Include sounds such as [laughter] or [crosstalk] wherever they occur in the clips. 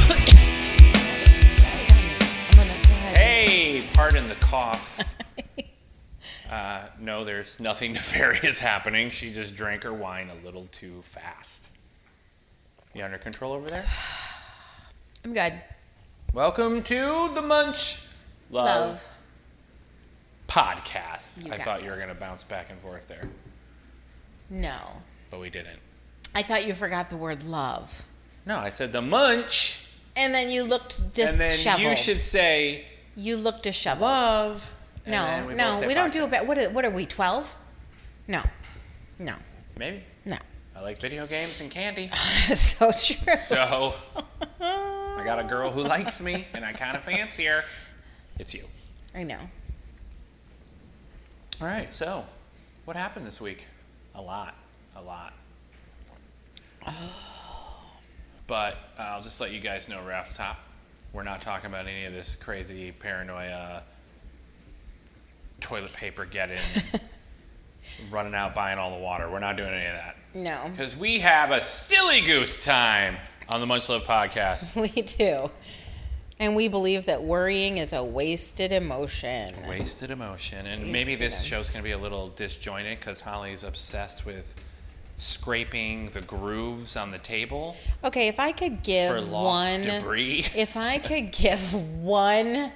[laughs] Uh, There's nothing [laughs] nefarious happening. She just drank her wine a little too fast. You under control over there? I'm good. Welcome to the Munch Love, Love. Podcast. You I got thought you were this. going to bounce back and forth there, No. but we didn't. I thought you forgot the word love. No, I said the Munch, And then you looked and then disheveled. you should say You looked disheveled. love. and No, then both no, say we don't podcast. do it. What are, what are we, 12? No. No. Maybe No. [laughs] I like video games and candy, so true. [laughs] so I got a girl who likes me, and I kind of fancy her. It's you. I know. All right. So, what happened this week? A lot. A lot. [gasps] But uh, I'll just let you guys know right off the top, we're not talking about any of this crazy paranoia, toilet paper [laughs] getting, running out, buying all the water. We're not doing any of that. [laughs] No. Because we have a silly goose time on the Much Love podcast. We do. And we believe that worrying is a wasted emotion. Wasted emotion. And maybe Wasted this em- show's going to be a little disjointed because Holly's obsessed with scraping the grooves on the table Okay, if I could for give lost one debris. [laughs] if I could give one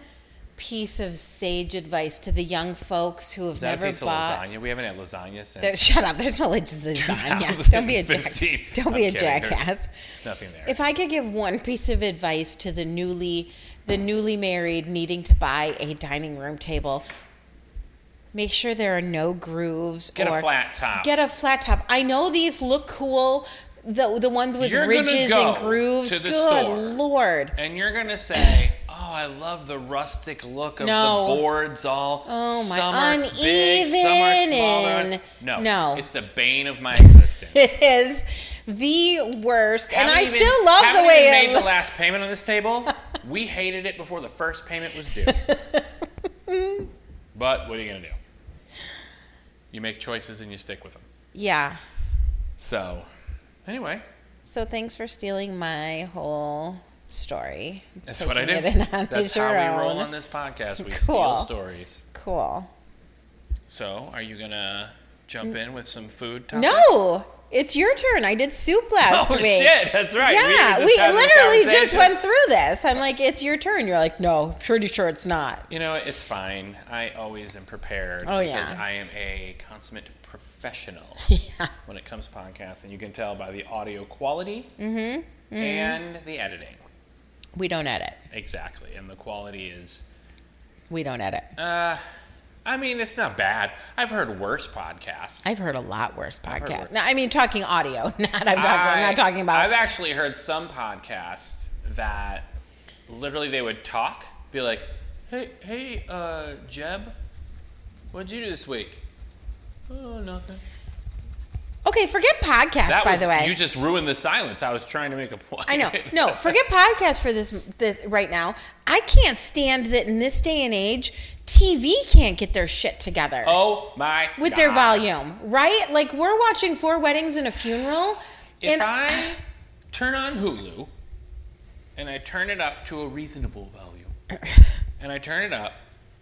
piece of sage advice to the young folks who have Is that a never piece bought of lasagna? We haven't had lasagna since. There, [laughs] shut up. There's no lasagna. Don't be a jack. 2015. Don't be I'm a kidding. There's- jackass. nothing there. If I could give one piece of advice to the newly the newly married needing to buy a dining room table, make sure there are no grooves Get or a flat top. get a flat top. I know these look cool. The, the ones with You're gonna ridges go and grooves. to the Good store. lord. and you're going to say, oh, I love the rustic look of No. the boards all. Oh my- some are big, some are smaller. uneven. No. No. It's the bane of my existence. It is the worst. and Haven't I even- still love the haven't way even it made looks. the last payment on [laughs] this table. we hated it before the first payment was due. [laughs] but what are you gonna do? You make choices and you stick with them. Yeah. So, anyway, So thanks for stealing my whole story. that's Taking what I do. it in on That's as your how we roll own. on this [laughs] podcast. We steal Cool. stories. Cool. So, are you gonna jump in with some food? Topic? Mm. [laughs] No, it's your turn. I did soup last Oh week. shit! That's right. Yeah, we, were just having a literally just conversation. went through this. I'm like, it's your turn. You're like, no, pretty sure it's not. [laughs] You know, it's fine. I always am prepared Oh, yeah. because I am a consummate professional. Yeah. when it comes to podcasts, and you can tell by the audio quality Mm-hmm. and the editing. We don't edit. Exactly, and the quality is. We don't edit. Uh, I mean, it's not bad. I've heard worse podcasts. I've heard a lot worse heard podcast. worse. No, I mean, talking audio. [laughs] Not I'm, talking, I- I'm not talking about. I've actually heard some podcasts that literally they would talk, be like, "Hey, hey, uh, Jeb, what'd you do this week?" Oh, nothing. okay, forget podcast. That by was- the way, you just ruined the silence. I was trying to make a point. [laughs] I know. No, forget podcasts for this this right now. I can't stand that in this day and age, TV can't get their shit together Oh my. with their God. volume, right? Like we're watching four weddings and a funeral. If and I turn on Hulu and I turn it up to a reasonable volume, and I turn it up,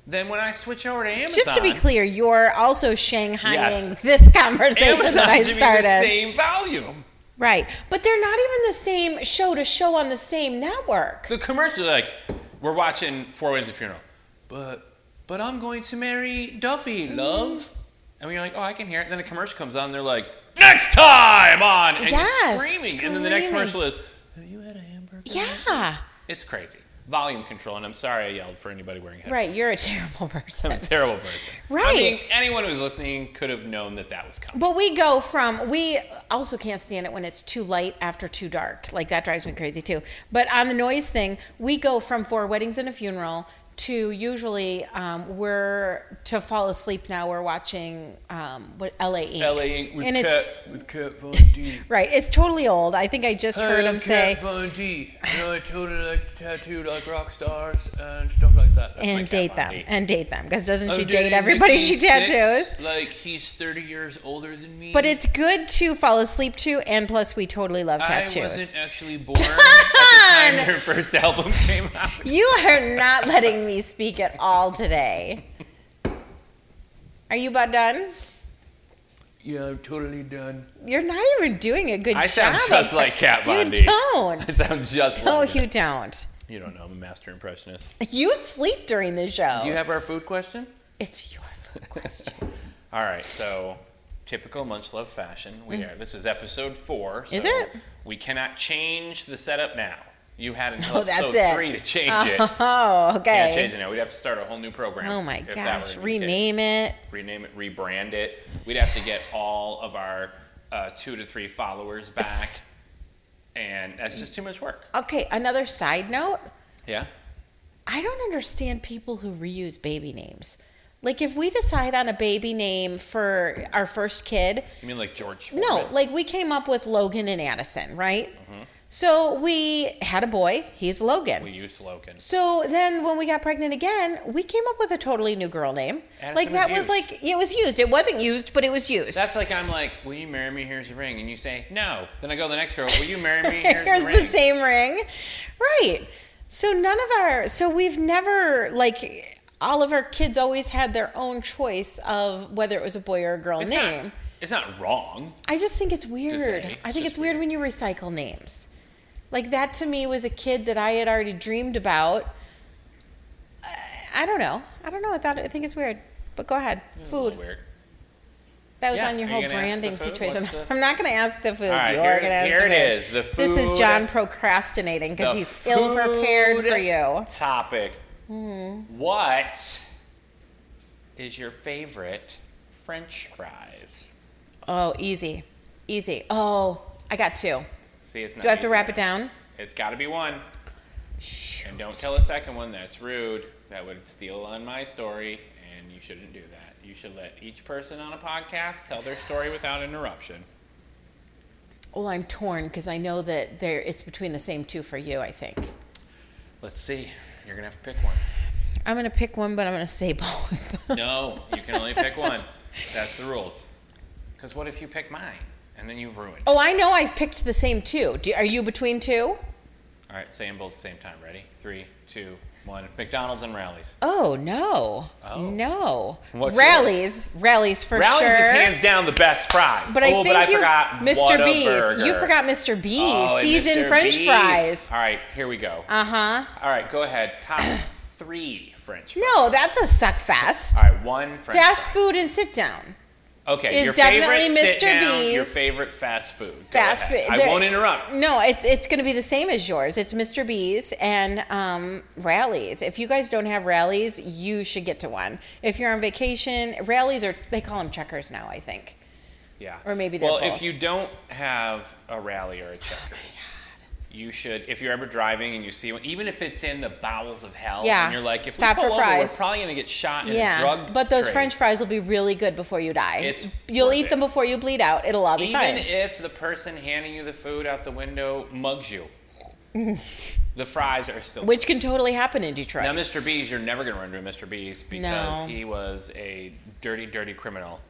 then when I switch over to [clears throat] Amazon, just to be clear, you're also Shanghaiing Yes. this [laughs] conversation Amazon that I should be the started. same volume. Right. But they're not even the same show to show on the same network. The commercial, like, we're watching Four Ways of Funeral, but but I'm going to marry Duffy, Mm-hmm. love, and we're like, oh, I can hear it. Then a commercial comes on, they're like, next time on, and Yes, you're screaming. and then the next screaming. commercial is, have you had a hamburger? Yeah. It's crazy. Volume control, and I'm sorry I yelled for anybody wearing headphones. Right. You're a terrible [laughs] person. I'm a terrible person. [laughs] I Right. mean, anyone who was listening could have known that that was coming. But we go from we also can't stand it when it's too light after too dark. Like that drives me crazy too. But on the noise thing, we go from four weddings and a funeral to usually um, we're to fall asleep now. We're watching um, what LA Inc. and it's with Kurt Von D. right. It's totally old. I think I just [laughs] heard him say. Von D. And I totally like tattoo like rock stars and stuff like that. And date them, and date them, because doesn't she date everybody she tattoos? Like he's 30 years older than me. But it's good to fall asleep to, and plus we totally love tattoos. I wasn't actually [laughs] born at the time their first album came out. You are not letting me speak at all today. Are you about done? yeah, I'm totally done. You're not even doing a good I job. sound just at- like Kat Von D. You don't. I sound just No, like her. you don't. You don't know I'm a master impressionist. You sleep during the show. Do you have our food question? it's your [laughs] food Oh. [laughs] question. All right, so typical Munchlove fashion. We are. This is episode four. So Mm. Is it? We cannot change the setup now. You had until Oh, that's episode it. three to change it. oh, Can't change okay. it now. We'd have to start a whole new program. Oh my if that were gosh. to be the case. Rename it. rename it, rebrand it. We'd have to get all of our uh, two to three followers back, S- and that's just too much work. Okay, another side note. Yeah. I don't understand people who reuse baby names. Like if we decide on a baby name for our first kid, You mean like George? No, Foreman? like we came up with Logan and Addison, right? So we had a boy, he's Logan. Mm-hmm. we used Logan. so then when we got pregnant again, we came up with a totally new girl name. Addison like was that used. was like it was used. It wasn't used, but it was used. That's [laughs] like I'm like, will you marry me? Here's a ring, and you say no. Then I go to the next girl. Will you marry [laughs] me? Here's, Here's a ring. the same ring. Right. So none of our so we've never like all of our kids always had their own choice of whether it was a boy or a girl It's name. not. It's not wrong. I just think it's weird. say. I It's think just it's weird when you recycle names. Like that to me was a kid that I had already dreamed about. I- I don't know. I don't know. I thought I think it's weird. But go ahead. It's a little Food. Weird. That was Hmm. Yeah. on your Are you whole gonna ask branding the food? situation. What's the- I'm not going to ask the food. All right, you here- are going to ask here the it food. is, the This is food- John procrastinating because The he's ill prepared food for you. Hmm. Topic. What is your favorite French fries? Oh, easy. Easy. Oh, I got two. See, it's not. Do I have to easy. wrap it down? It's got to be one. Shoot. And don't tell a second one. That's rude. That would steal on my story, and you shouldn't do that. You should let each person on a podcast tell their story without interruption. Well, I'm torn because I know that there it's between the same two for you, I think. Let's see. You're gonna have to pick one. I'm gonna pick one, but I'm gonna say [laughs] both. No, you can only pick one. That's the rules. Because what if you pick mine and then you've ruined? it? [laughs] Oh, I know. I've picked the same two. Do, are you between two? All right, say them both at the same time. Ready? Three, two, one. McDonald's and rallies. Oh no, Oh. no. What's rallies, rallies for rallies sure. is hands down the best fry. but I oh, think but I you, forgot Mr. B's. Whataburger. You forgot Mr. B's Oh, and seasoned Mr. French B's. fries. All right, here we go. Uh huh. All right, go ahead. [clears throat] Top three French fries. No, that's a suck fest. All right, one French. Fast fry. food and sit down. Okay, is your definitely favorite Mr. Sit down, Your B's. favorite fast food. Go Fast ahead. food. I There- won't interrupt. No, it's it's going to be the same as yours. It's Mr. B's and um, rallies. If you guys don't have rallies, you should get to one. If you're on vacation, rallies are they call them checkers now, I think. Yeah. Or maybe they're Well, both. Oh if you don't have a rally or a checker, you should. If you're ever driving and you see one, even if it's in the bowels of hell, Yeah. and you're like, if Stop we for pull over, we're fries. probably gonna get shot in a yeah, drug. but those trade. French fries will be really good before you die. It's You'll worth eat it. them before you bleed out. It'll all be Even fine. if the person handing you the food out the window mugs [laughs] you, the fries are still. Which can totally happen in Detroit. now, Mr. B's, you're never gonna run into a Mr. B's because No. he was a dirty, [laughs] dirty criminal.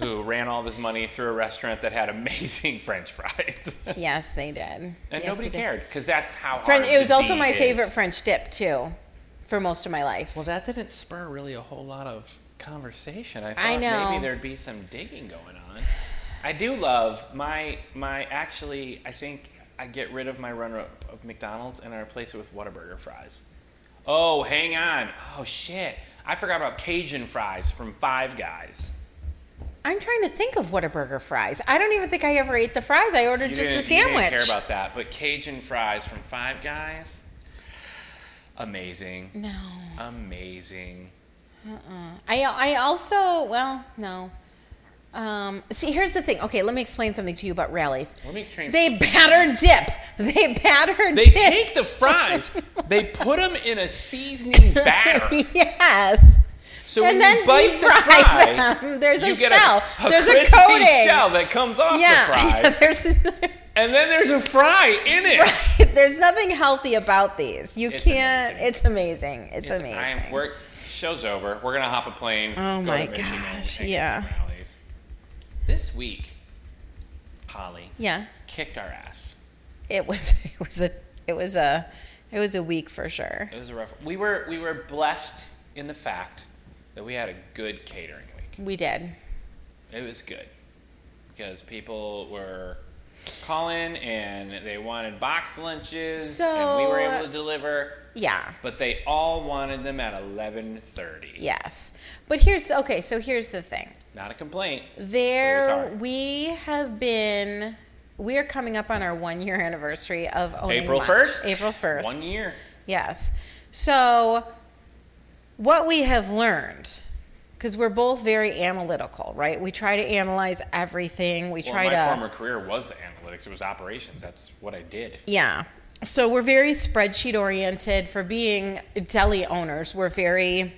Who ran all of his money through a restaurant that had amazing [laughs] French fries? yes, they did. And And nobody cared because that's how. French, hard it was the also D my is. favorite French dip too, for most of my life. Well, that didn't spur really a whole lot of conversation. I thought I know. maybe there'd be some digging going on. I do love my my. Actually, I think I get rid of my runner up of McDonald's and I replace it with Whataburger fries. Oh, hang on. Oh shit, I forgot about Cajun fries from Five Guys. I'm trying to think of Whataburger fries. I don't even think I ever ate the fries. I ordered You just the didn't- sandwich. You didn't care about that, but Cajun fries from Five Guys, amazing. no. Amazing. I I also well no. Um, see, here's the thing. Okay, let me explain something to you about rallies. Let me train. They batter dip. They batter [laughs] They dip. take the fries, they put them in a [laughs] seasoning batter. yes. So and when then you bite deep the fry fry, them. There's you a get shell. A, a there's a crispy coating. shell that comes off yeah. [laughs] the fry, there's and then there's a fry in it. there's nothing healthy about these. You It's can't. amazing. It's amazing. It's, Yes, amazing. I am, we're, show's over. We're gonna hop a plane. Oh go my to Michigan, and gosh, get some yeah. rallies. This week, Holly yeah. kicked our ass. it was [laughs] it was a it was a it was a week for sure. It was a rough. We were we were blessed in the fact that we had a good catering week. We did. It was good because people were calling and they wanted box lunches, and we were able So- uh, to deliver. Yeah. But they all wanted them at eleven thirty. Yes. But here's the, okay, so here's the thing. Not a complaint. There hard. we have been we are coming up on our 1 year anniversary of owning April Munch. first. April 1st. One year. Yes. So, what we have learned, because we're both very analytical, right? We try to analyze everything. We Well, try my to. former career was analytics. It was operations. That's what I did. Yeah. So we're very spreadsheet oriented for being deli owners. We're very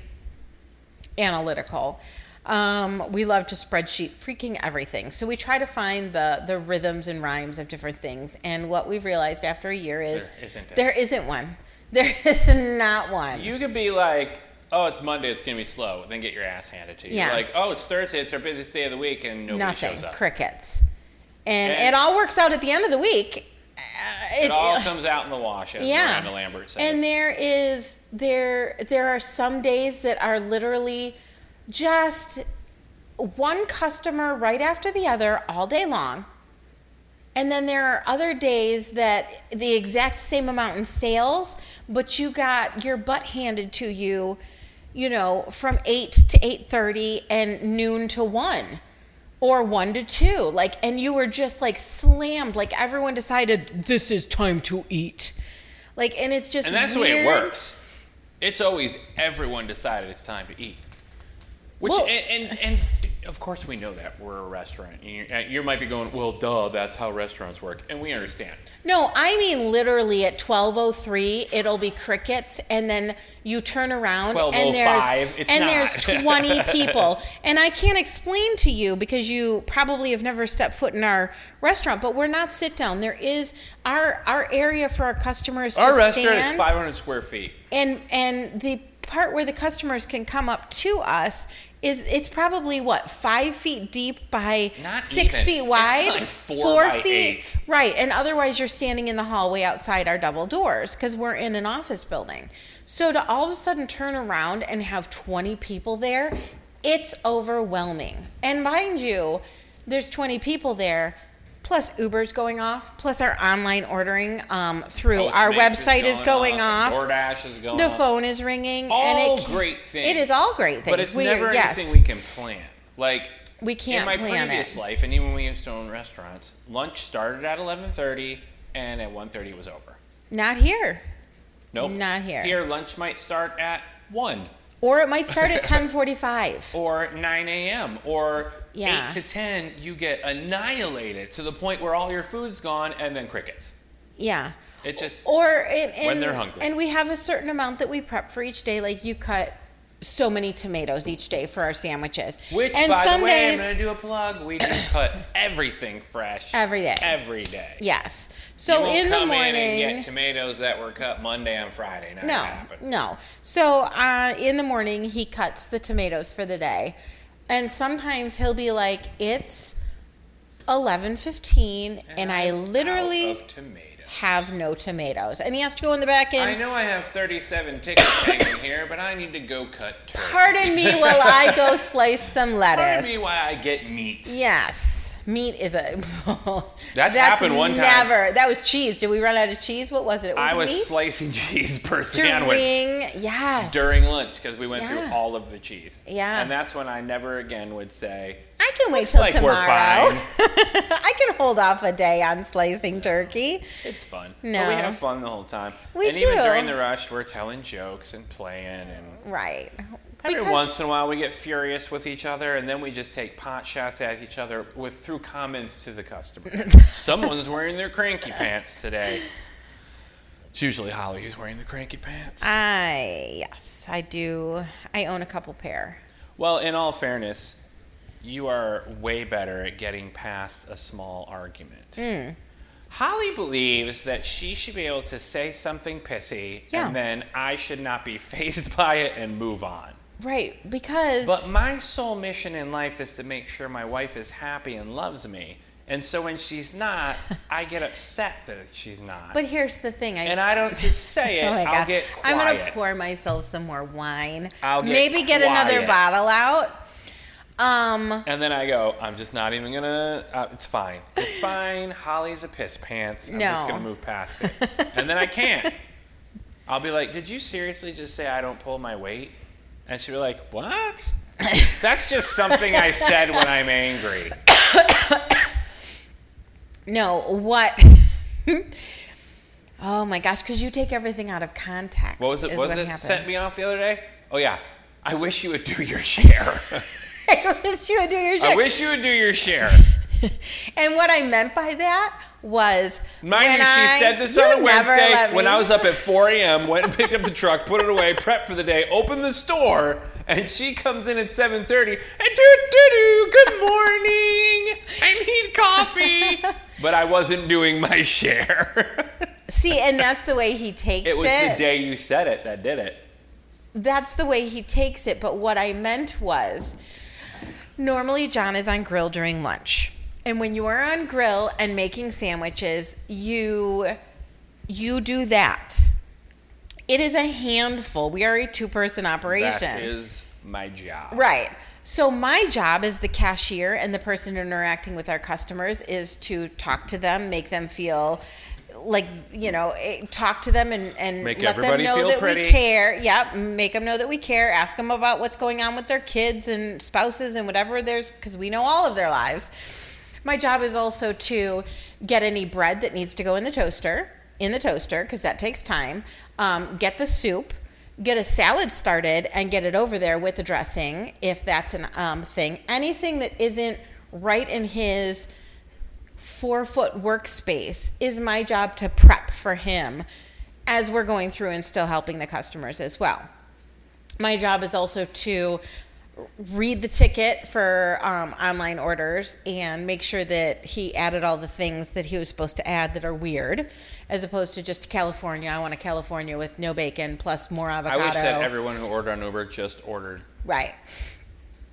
analytical. Um, we love to spreadsheet freaking everything. So we try to find the the rhythms and rhymes of different things. And what we've realized after a year is There isn't a- there isn't one. [laughs] There is not one. You could be like, oh, it's Monday, it's gonna be slow, then get your ass handed to you. Yeah. Like, oh, it's Thursday, it's our busiest day of the week, and nobody Nothing. shows up. Crickets. And And- it all works out at the end of the week. Uh, It all comes out in the wash, as yeah. Miranda Lambert says. And there is there there are some days that are literally just one customer right after the other all day long. And then there are other days that the exact same amount in sales, but you got your butt handed to you, you know, from 8 to 8:30 and noon to 1 or 1 to 2. Like and you were just like slammed like everyone decided this is time to eat. Like and it's just And that's the way weird. it works. It's always everyone decided it's time to eat. Which Well- and, and and of course we know that we're a restaurant. And You, and you might be going, well, duh, that's how restaurants work, and we understand. No, I mean literally at 12:03 it'll be crickets and then you turn around and there's 12:05, it's and not. [laughs] there's 20 people. And I can't explain to you because you probably have never stepped foot in our restaurant, but we're not sit down. There is our our area for our customers Our to restaurant stand is 500 square feet. and and the part where the customers can come up to us is it's probably what five feet deep by Not six even. feet It's wide probably four by eight. right and otherwise you're standing in the hallway outside our double doors because we're in an office building so to all of a sudden turn around and have 20 people there it's overwhelming and mind you there's 20 people there plus uber's going off plus our online ordering um, through our Postmates website is going, off, and uh, DoorDash is going the off. phone is ringing. All and it, great things. It is all great things. But it's we, never yes. anything we can plan. Like We can't in my plan previous it. life, and even when we used to own restaurants, lunch started at 11:30, and at 1:30 it was over. Not here. Nope. Not here. Here, lunch might start at 1 Or it might start [laughs] at 10:45. or 9 a.m. or Yeah. 8 to 10. You get annihilated to the point where all your food's gone and then crickets. Yeah. It just. Or and, and, When they're hungry. And we have a certain amount that we prep for each day. Like you cut so many tomatoes each day for our sandwiches. which, and by some the way, days, I'm going to do a plug. [coughs] We just cut everything fresh. Every day. Every day. yes. You So won't in the come morning, and get tomatoes that were cut Monday and Friday. Not No, gonna happen. no. So uh, in the morning, he cuts the tomatoes for the day, and sometimes he'll be like, "It's eleven fifteen, and I I'm literally out of tomato. have no tomatoes." And he has to go in the back I and know I have 37 tickets hanging here, but I need to go cut turkey. pardon me while I go slice some lettuce. [laughs] Pardon me why I get meat. Yes. Meat is a. [laughs] That's happened one time. Never. That was cheese. Did we run out of cheese? What was it? it was I was meat? slicing [laughs] cheese per sandwich during. Yes. during lunch because we went Yeah. through all of the cheese. Yeah. And that's when I never again would say, I can wait till like we're tomorrow. [laughs] fine. I can hold off a day on slicing turkey. it's fun. No. But we have fun the whole time. We and even do. during the rush, we're telling jokes and playing and. Right. Every Because- once in a while, we get furious with each other, and then we just take pot shots at each other with through comments to the [laughs] customer. Someone's wearing their cranky pants today. It's usually Holly who's wearing the cranky pants. I yes, I do. I own a couple pair. well, in all fairness, you are way better at getting past a small argument. Hmm. Holly believes that she should be able to say something pissy, Yeah. and then I should not be [laughs] phased by it and move on. Right, because But my sole mission in life is to make sure my wife is happy and loves me. And so when [laughs] she's not, I get upset that she's not. but here's the thing. I and I don't just say it. [laughs] oh my I'll god, get I'm quiet. gonna pour myself some more wine. I'll get Maybe get another quiet. bottle out. Um, And then I go, I'm just not even gonna. Uh, it's fine. It's fine. Holly's a piss pants. I'm just No. gonna move past [laughs] it. and then I can't. I'll be like, Did you seriously just say I don't pull my weight? And she'll be [laughs] like, What? That's just something I said when I'm angry. no, what? [laughs] oh my gosh, because you take everything out of context. What was it? is What was what it? happened. [laughs] Sent me off the other day. Oh yeah. I wish you would do [laughs] your share. I wish you would do your I shit. wish you would do your share. and what I meant by that was Mind when you, she I- said this you on a never let Wednesday when me- I was up at 4 a.m. Went and picked up the truck, put it away, prepped for the day, opened the store, and she comes in at 7:30. And doo doo doo. Good morning. I need [laughs] coffee. But I wasn't doing my share. See, and that's the way he takes it. [laughs] it was the day you said it that did it. That's the way he takes it. But what I meant was normally John is on grill during lunch. And when you are on grill and making sandwiches, you you do that. It is a handful. We are a two-person operation. That is my job. Right. So my job as the cashier and the person interacting with our customers is to talk to them, make them feel like you know, eh, talk to them and, and Make let them everybody know feel that we pretty. care. Yep, make them know that we care. Ask them about what's going on with their kids and spouses and whatever there's because we know all of their lives. My job is also to get any bread that needs to go in the toaster in the toaster because that takes time. Um, get the soup get a salad started and get it over there with the dressing if that's an um, thing anything that isn't right in his four foot workspace is my job to prep for him as we're going through and still helping the customers as well my job is also to read the ticket for um, online orders and make sure that he added all the things that he was supposed to add that are weird as opposed to just california i want a california with no bacon plus more I avocado wish that everyone who ordered on Uber just ordered, right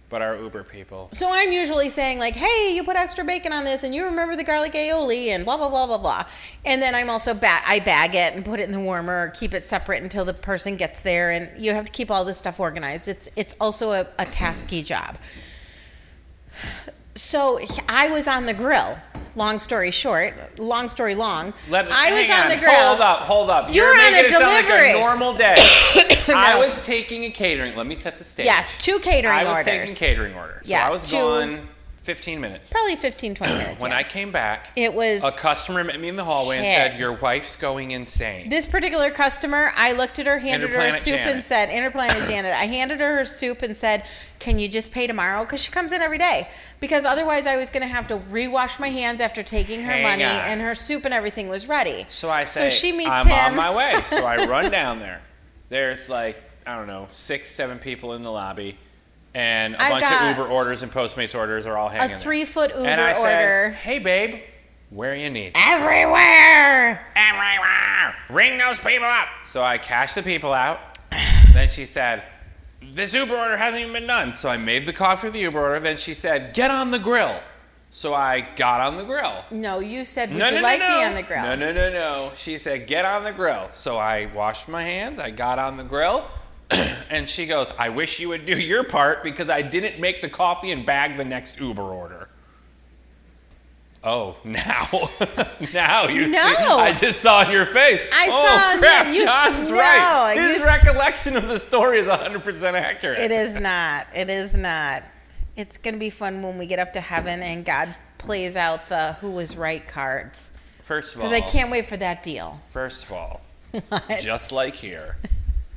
but our Uber people. So I'm usually saying like, "Hey, you put extra bacon on this, and you remember the garlic aioli, and blah blah blah blah blah." And then I'm also ba- I bag it and put it in the warmer, or keep it separate until the person gets there, and you have to keep all this stuff organized. It's it's also a, a tasky job. So he- I was on the grill. Long story short, long story long. Let me, I was hang on, the grill. Hold up, hold up. You You're were on making a it sound like delivery. a normal day. [coughs] I No. was taking a catering. Let me set the stage. Yes, two catering I was orders. taking catering orders. So Yes, I was two- gone 15 minutes. Probably 15, 20 [clears throat] minutes. When yeah. I came back, it was a customer met me in the hallway and Shit. said, "Your wife's going insane." This particular customer, I looked at her, handed her her Interplanet soup, and Janet. said, "Interplanet [coughs] Janet." I handed her her soup and said, "Can you just pay tomorrow? Because she comes in every day. Because otherwise, I was going to have to rewash my hands after taking her Hang money on. and her soup and everything was ready." so I say, she meets "I'm him. on my way." So I [laughs] run down there. There's like I don't know, six, seven people in the lobby, and a I've bunch got of Uber orders and Postmates orders are all a hanging. there. three-foot Uber and I order said, "Hey, babe, where you need?" everywhere. everywhere. Ring those people up. So I cashed the [sighs] people out. then she said, This Uber order hasn't even been done. So I made the coffee for the Uber order. Then she said, Get on the grill. So I got on the grill. No, you said, "Would No, you no, like no, no. me on the grill?" No, no, no, no. She said, Get on the grill. So I washed my hands. I got on the grill. [clears throat] and she goes, I wish you would do your part because I didn't make the coffee and bag the next Uber order. Oh, [laughs] now, now you. No. see- I just saw in your face. I oh, saw- crap, you- John's no, right. His you- recollection of the story is 100 percent accurate. It is not. It is not. It's going to be fun when we get up to heaven and God plays out the who was right cards. First of all, Because I can't wait for that deal. [laughs] First of all, just like here,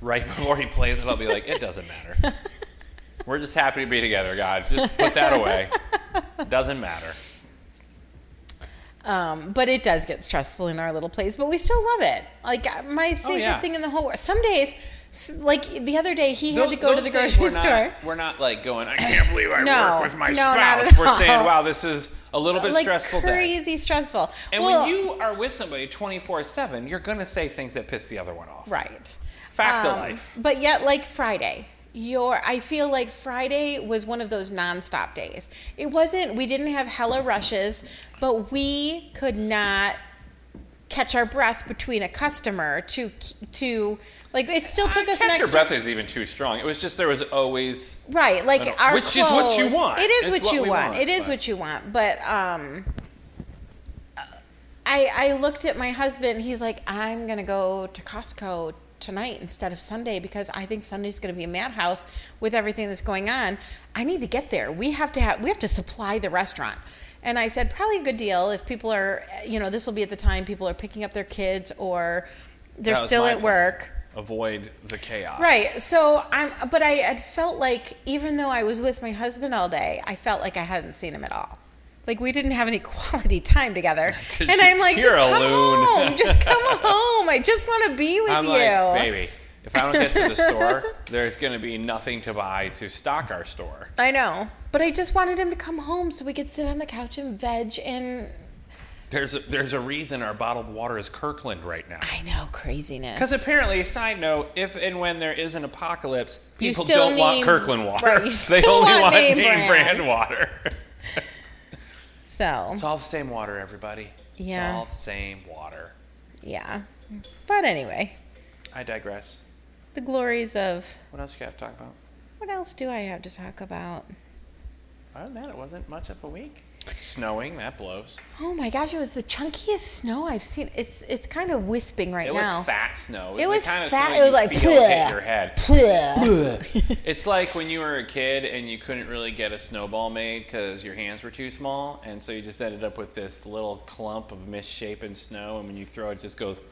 right before he plays it, I'll be like, it doesn't matter. We're just happy to be together, God. Just put that away. Doesn't matter. Um, but it does get stressful in our little place, but we still love it. Like, uh, my favorite Oh, yeah. thing in the whole world. Some days, s- like the other day, he had Those- to go to those the days grocery we're not- store. we're not like going, I can't believe I No, work with my no, not spouse. at We're all. saying, wow, this is a little bit like, stressful day. crazy stressful. And Well, when you are with somebody 24 7, you're going to say things that piss the other one off. Right. Um, Fact of life. But yet, like Friday, your I feel like Friday was one of those nonstop days. It wasn't. We didn't have hella rushes, but we could not catch our breath between a customer to to like it still took I us an Uh, catch your extra breath is even too strong. It was just there was always right like I don't- our which is what you clothes- want. it is It's what, what you we want. want, it is but- what you want but um i i looked at my husband he's like i'm gonna go to costco tonight instead of sunday because i think sunday's gonna be a madhouse with everything that's going on i need to get there we have to have we have to supply the restaurant and i said probably a good deal if people are you know this will be at the time people are picking up their kids or they're That was still my at plan. work avoid the chaos. Right. So I'm, but I had felt like even though I was with my husband all day, I felt like I hadn't seen him at all. Like we didn't have any [laughs] quality time together. 'cause And I'm like, you're just a come loon." [laughs] home. Just come home. I just want to be with I'm you. like, baby, if I don't get to [laughs] the store, there's going to be nothing to buy to stock our store. I know, but I just wanted him to come home so we could sit on the couch and veg. And There's a, there's a reason our bottled water is Kirkland right now. I know craziness. Because apparently, side note, if and when there is an apocalypse, You people still don't want need- Kirkland water. right, you [laughs] they still only want name brand. brand. water. [laughs] so It's all the same water, everybody. Yeah. It's all the same water. yeah. But anyway, I digress. the glories of What else you got to talk about? what else do I have to talk about? Other than that, it wasn't much of a week. Snowing, that blows. Oh my gosh, it was the chunkiest snow I've seen. It's it's kind of wisping right It now. was fat snow. It the was kind of fat. snow It was you like, feel hit "Pleh." your head. Pleh. It's like when you were a kid and you couldn't really get a snowball made because your hands were too small, and so you just ended up with this little clump of misshapen snow, and when you throw it, it just goes. [laughs]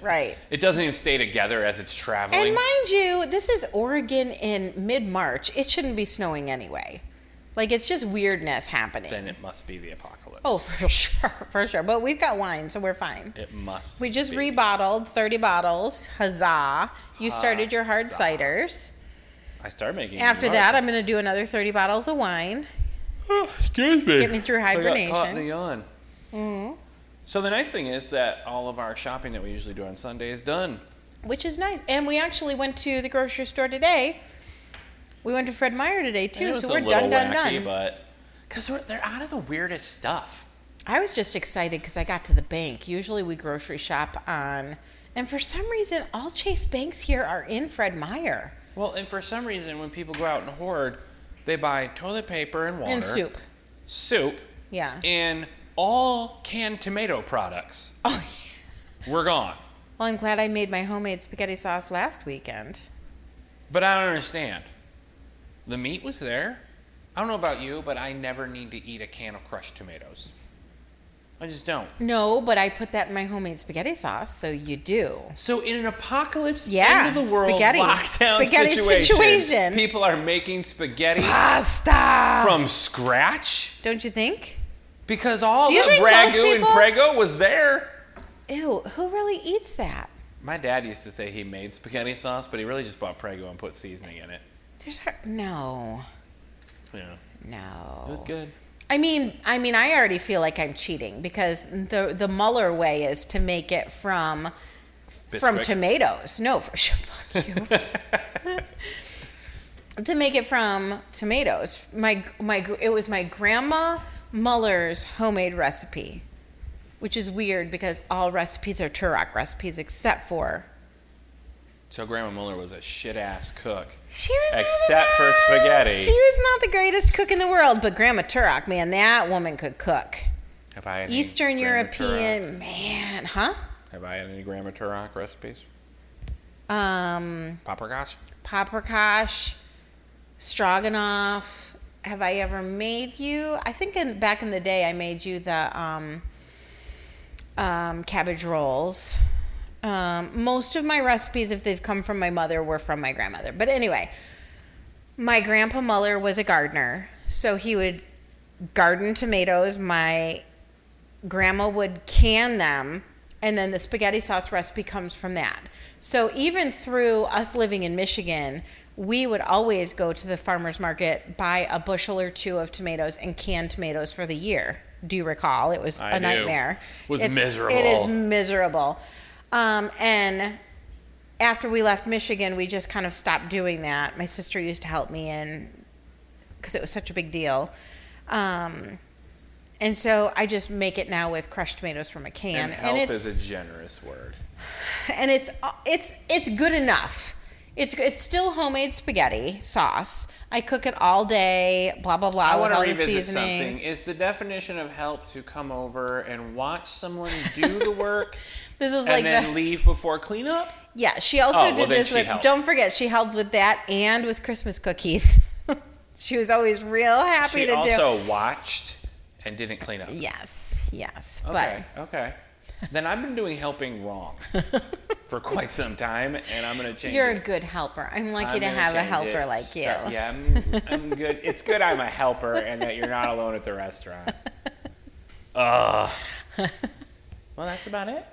Right. It doesn't even stay together as it's traveling. And mind you, this is Oregon in mid March. It shouldn't be snowing anyway. Like it's just weirdness happening. then it must be the apocalypse. oh, for [laughs] sure, for sure. But we've got wine, so we're fine. it must. We just be. rebottled 30 bottles. Huzzah. You started your hard ciders. I started making. After that, I'm going to do another 30 bottles of wine. [sighs] excuse me. Get me through [laughs] I got caught in hibernation. Mm-hmm. the yawn. So the nice thing is that all of our shopping that we usually do on Sunday is done. which is nice. And we actually went to the grocery store today. We went to Fred Meyer today And it too, was so a we're little done, done, wacky, done. But because they're out of the weirdest stuff. I was just excited because I got to the bank. Usually we grocery shop on, and for some reason, all Chase banks here are in Fred Meyer Well, and for some reason, when people go out and hoard, they buy toilet paper and water, and soup. soup, Yeah. [laughs] and all canned tomato products. Oh, We're gone. well, I'm glad I made my homemade spaghetti sauce last weekend. But I don't understand. The meat was there. I don't know about you, but I never need to eat a can of crushed tomatoes. I just don't. No, but I put that in my homemade spaghetti sauce, so you do. So in an apocalypse, Yeah, end of the world spaghetti. lockdown Spaghetti situation, situation. Ah. people are making spaghetti Pasta. from scratch Don't you think? because all Do the you think most ragu and people- prego was there. Ew, who really eats that? My dad used to say he made spaghetti sauce, but he really just bought Prego and put seasoning in it. There's har- no, Yeah, no. it was good. I mean, I mean, I already feel like I'm cheating because the the Muller way is to make it from from Bisquick. tomatoes. No, for [laughs] sure. Fuck you. to make it from tomatoes. My my gr- it was my grandma Muller's homemade recipe, which is weird because all recipes are Turok recipes except for [laughs] So Grandma Muller was a shit ass cook. She was not the Except for best. spaghetti. She was not the greatest cook in the world, but Grandma Turok, man, that woman could cook. Have I had any Eastern Grandma European, man, huh? Turok- Have I had any Grandma Turok recipes? Um, Paprikash? paprikash, stroganoff. Have I ever made you? I think in, back in the day, I made you the um, um, cabbage rolls. Um, most of my recipes, if they've come from my mother, were from my grandmother. But anyway, my grandpa Muller was a gardener, so he would garden tomatoes. My grandma would can them, and then the spaghetti sauce recipe comes from that. So even through us living in Michigan, we would always go to the farmer's market, buy a bushel or two of tomatoes, and can tomatoes for the year. Do you recall? It was a I do. nightmare. Was It is miserable. miserable. Um, and after we left Michigan, we just kind of stopped doing that. My sister used to help me, and because it was such a big deal. Um, And so I just make it now with crushed tomatoes from a can, and help it's is a generous word. [laughs] and it's it's it's good enough. It's it's still homemade spaghetti sauce. I cook it all day. Blah blah blah. I with want to all revisit the seasoning. something. It's the definition of help to come over and watch someone do the work [laughs] This is and like then the, leave before cleanup? yeah. She also Oh, well, did then this she with. helped. Don't forget, she helped with that and with Christmas cookies. [laughs] she was always real happy She to also watched and didn't clean up. do. Yes, yes. Okay, okay. Then I've been doing helping [laughs] wrong for quite some time, and I'm going to But change you're a it. good helper. I'm lucky I'm to gonna have a change helper it. like you. So- yeah, I'm, I'm good. It's good I'm a helper and that you're not alone at [laughs] the restaurant. Ugh. Well, that's about it.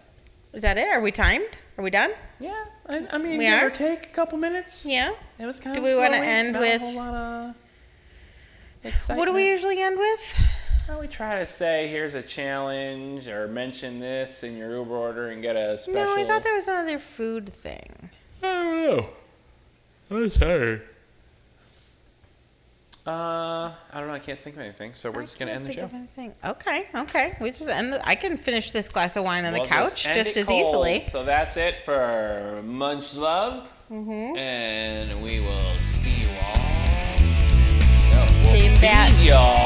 Is that it? Are we timed? Are we done? Yeah, I, I mean, We give are? or take a couple minutes. Yeah. It was kind Do of. we slow wanna week, end not with- A whole lot of What do we excitement. usually end with? Well, we try to say here's a challenge or mention this in your Uber order and get a special. No, I thought there was another food thing. I don't know. I'm sorry. Uh, I don't know. I can't think of anything, so we're I just gonna can't end the think show. of anything. Okay, okay. We just end. The, I can finish this glass of wine on We'll the couch end just, it as cold. easily. So that's it for Munch Love, Mm-hmm. and we will see you all. No, we'll See you back. feed y'all.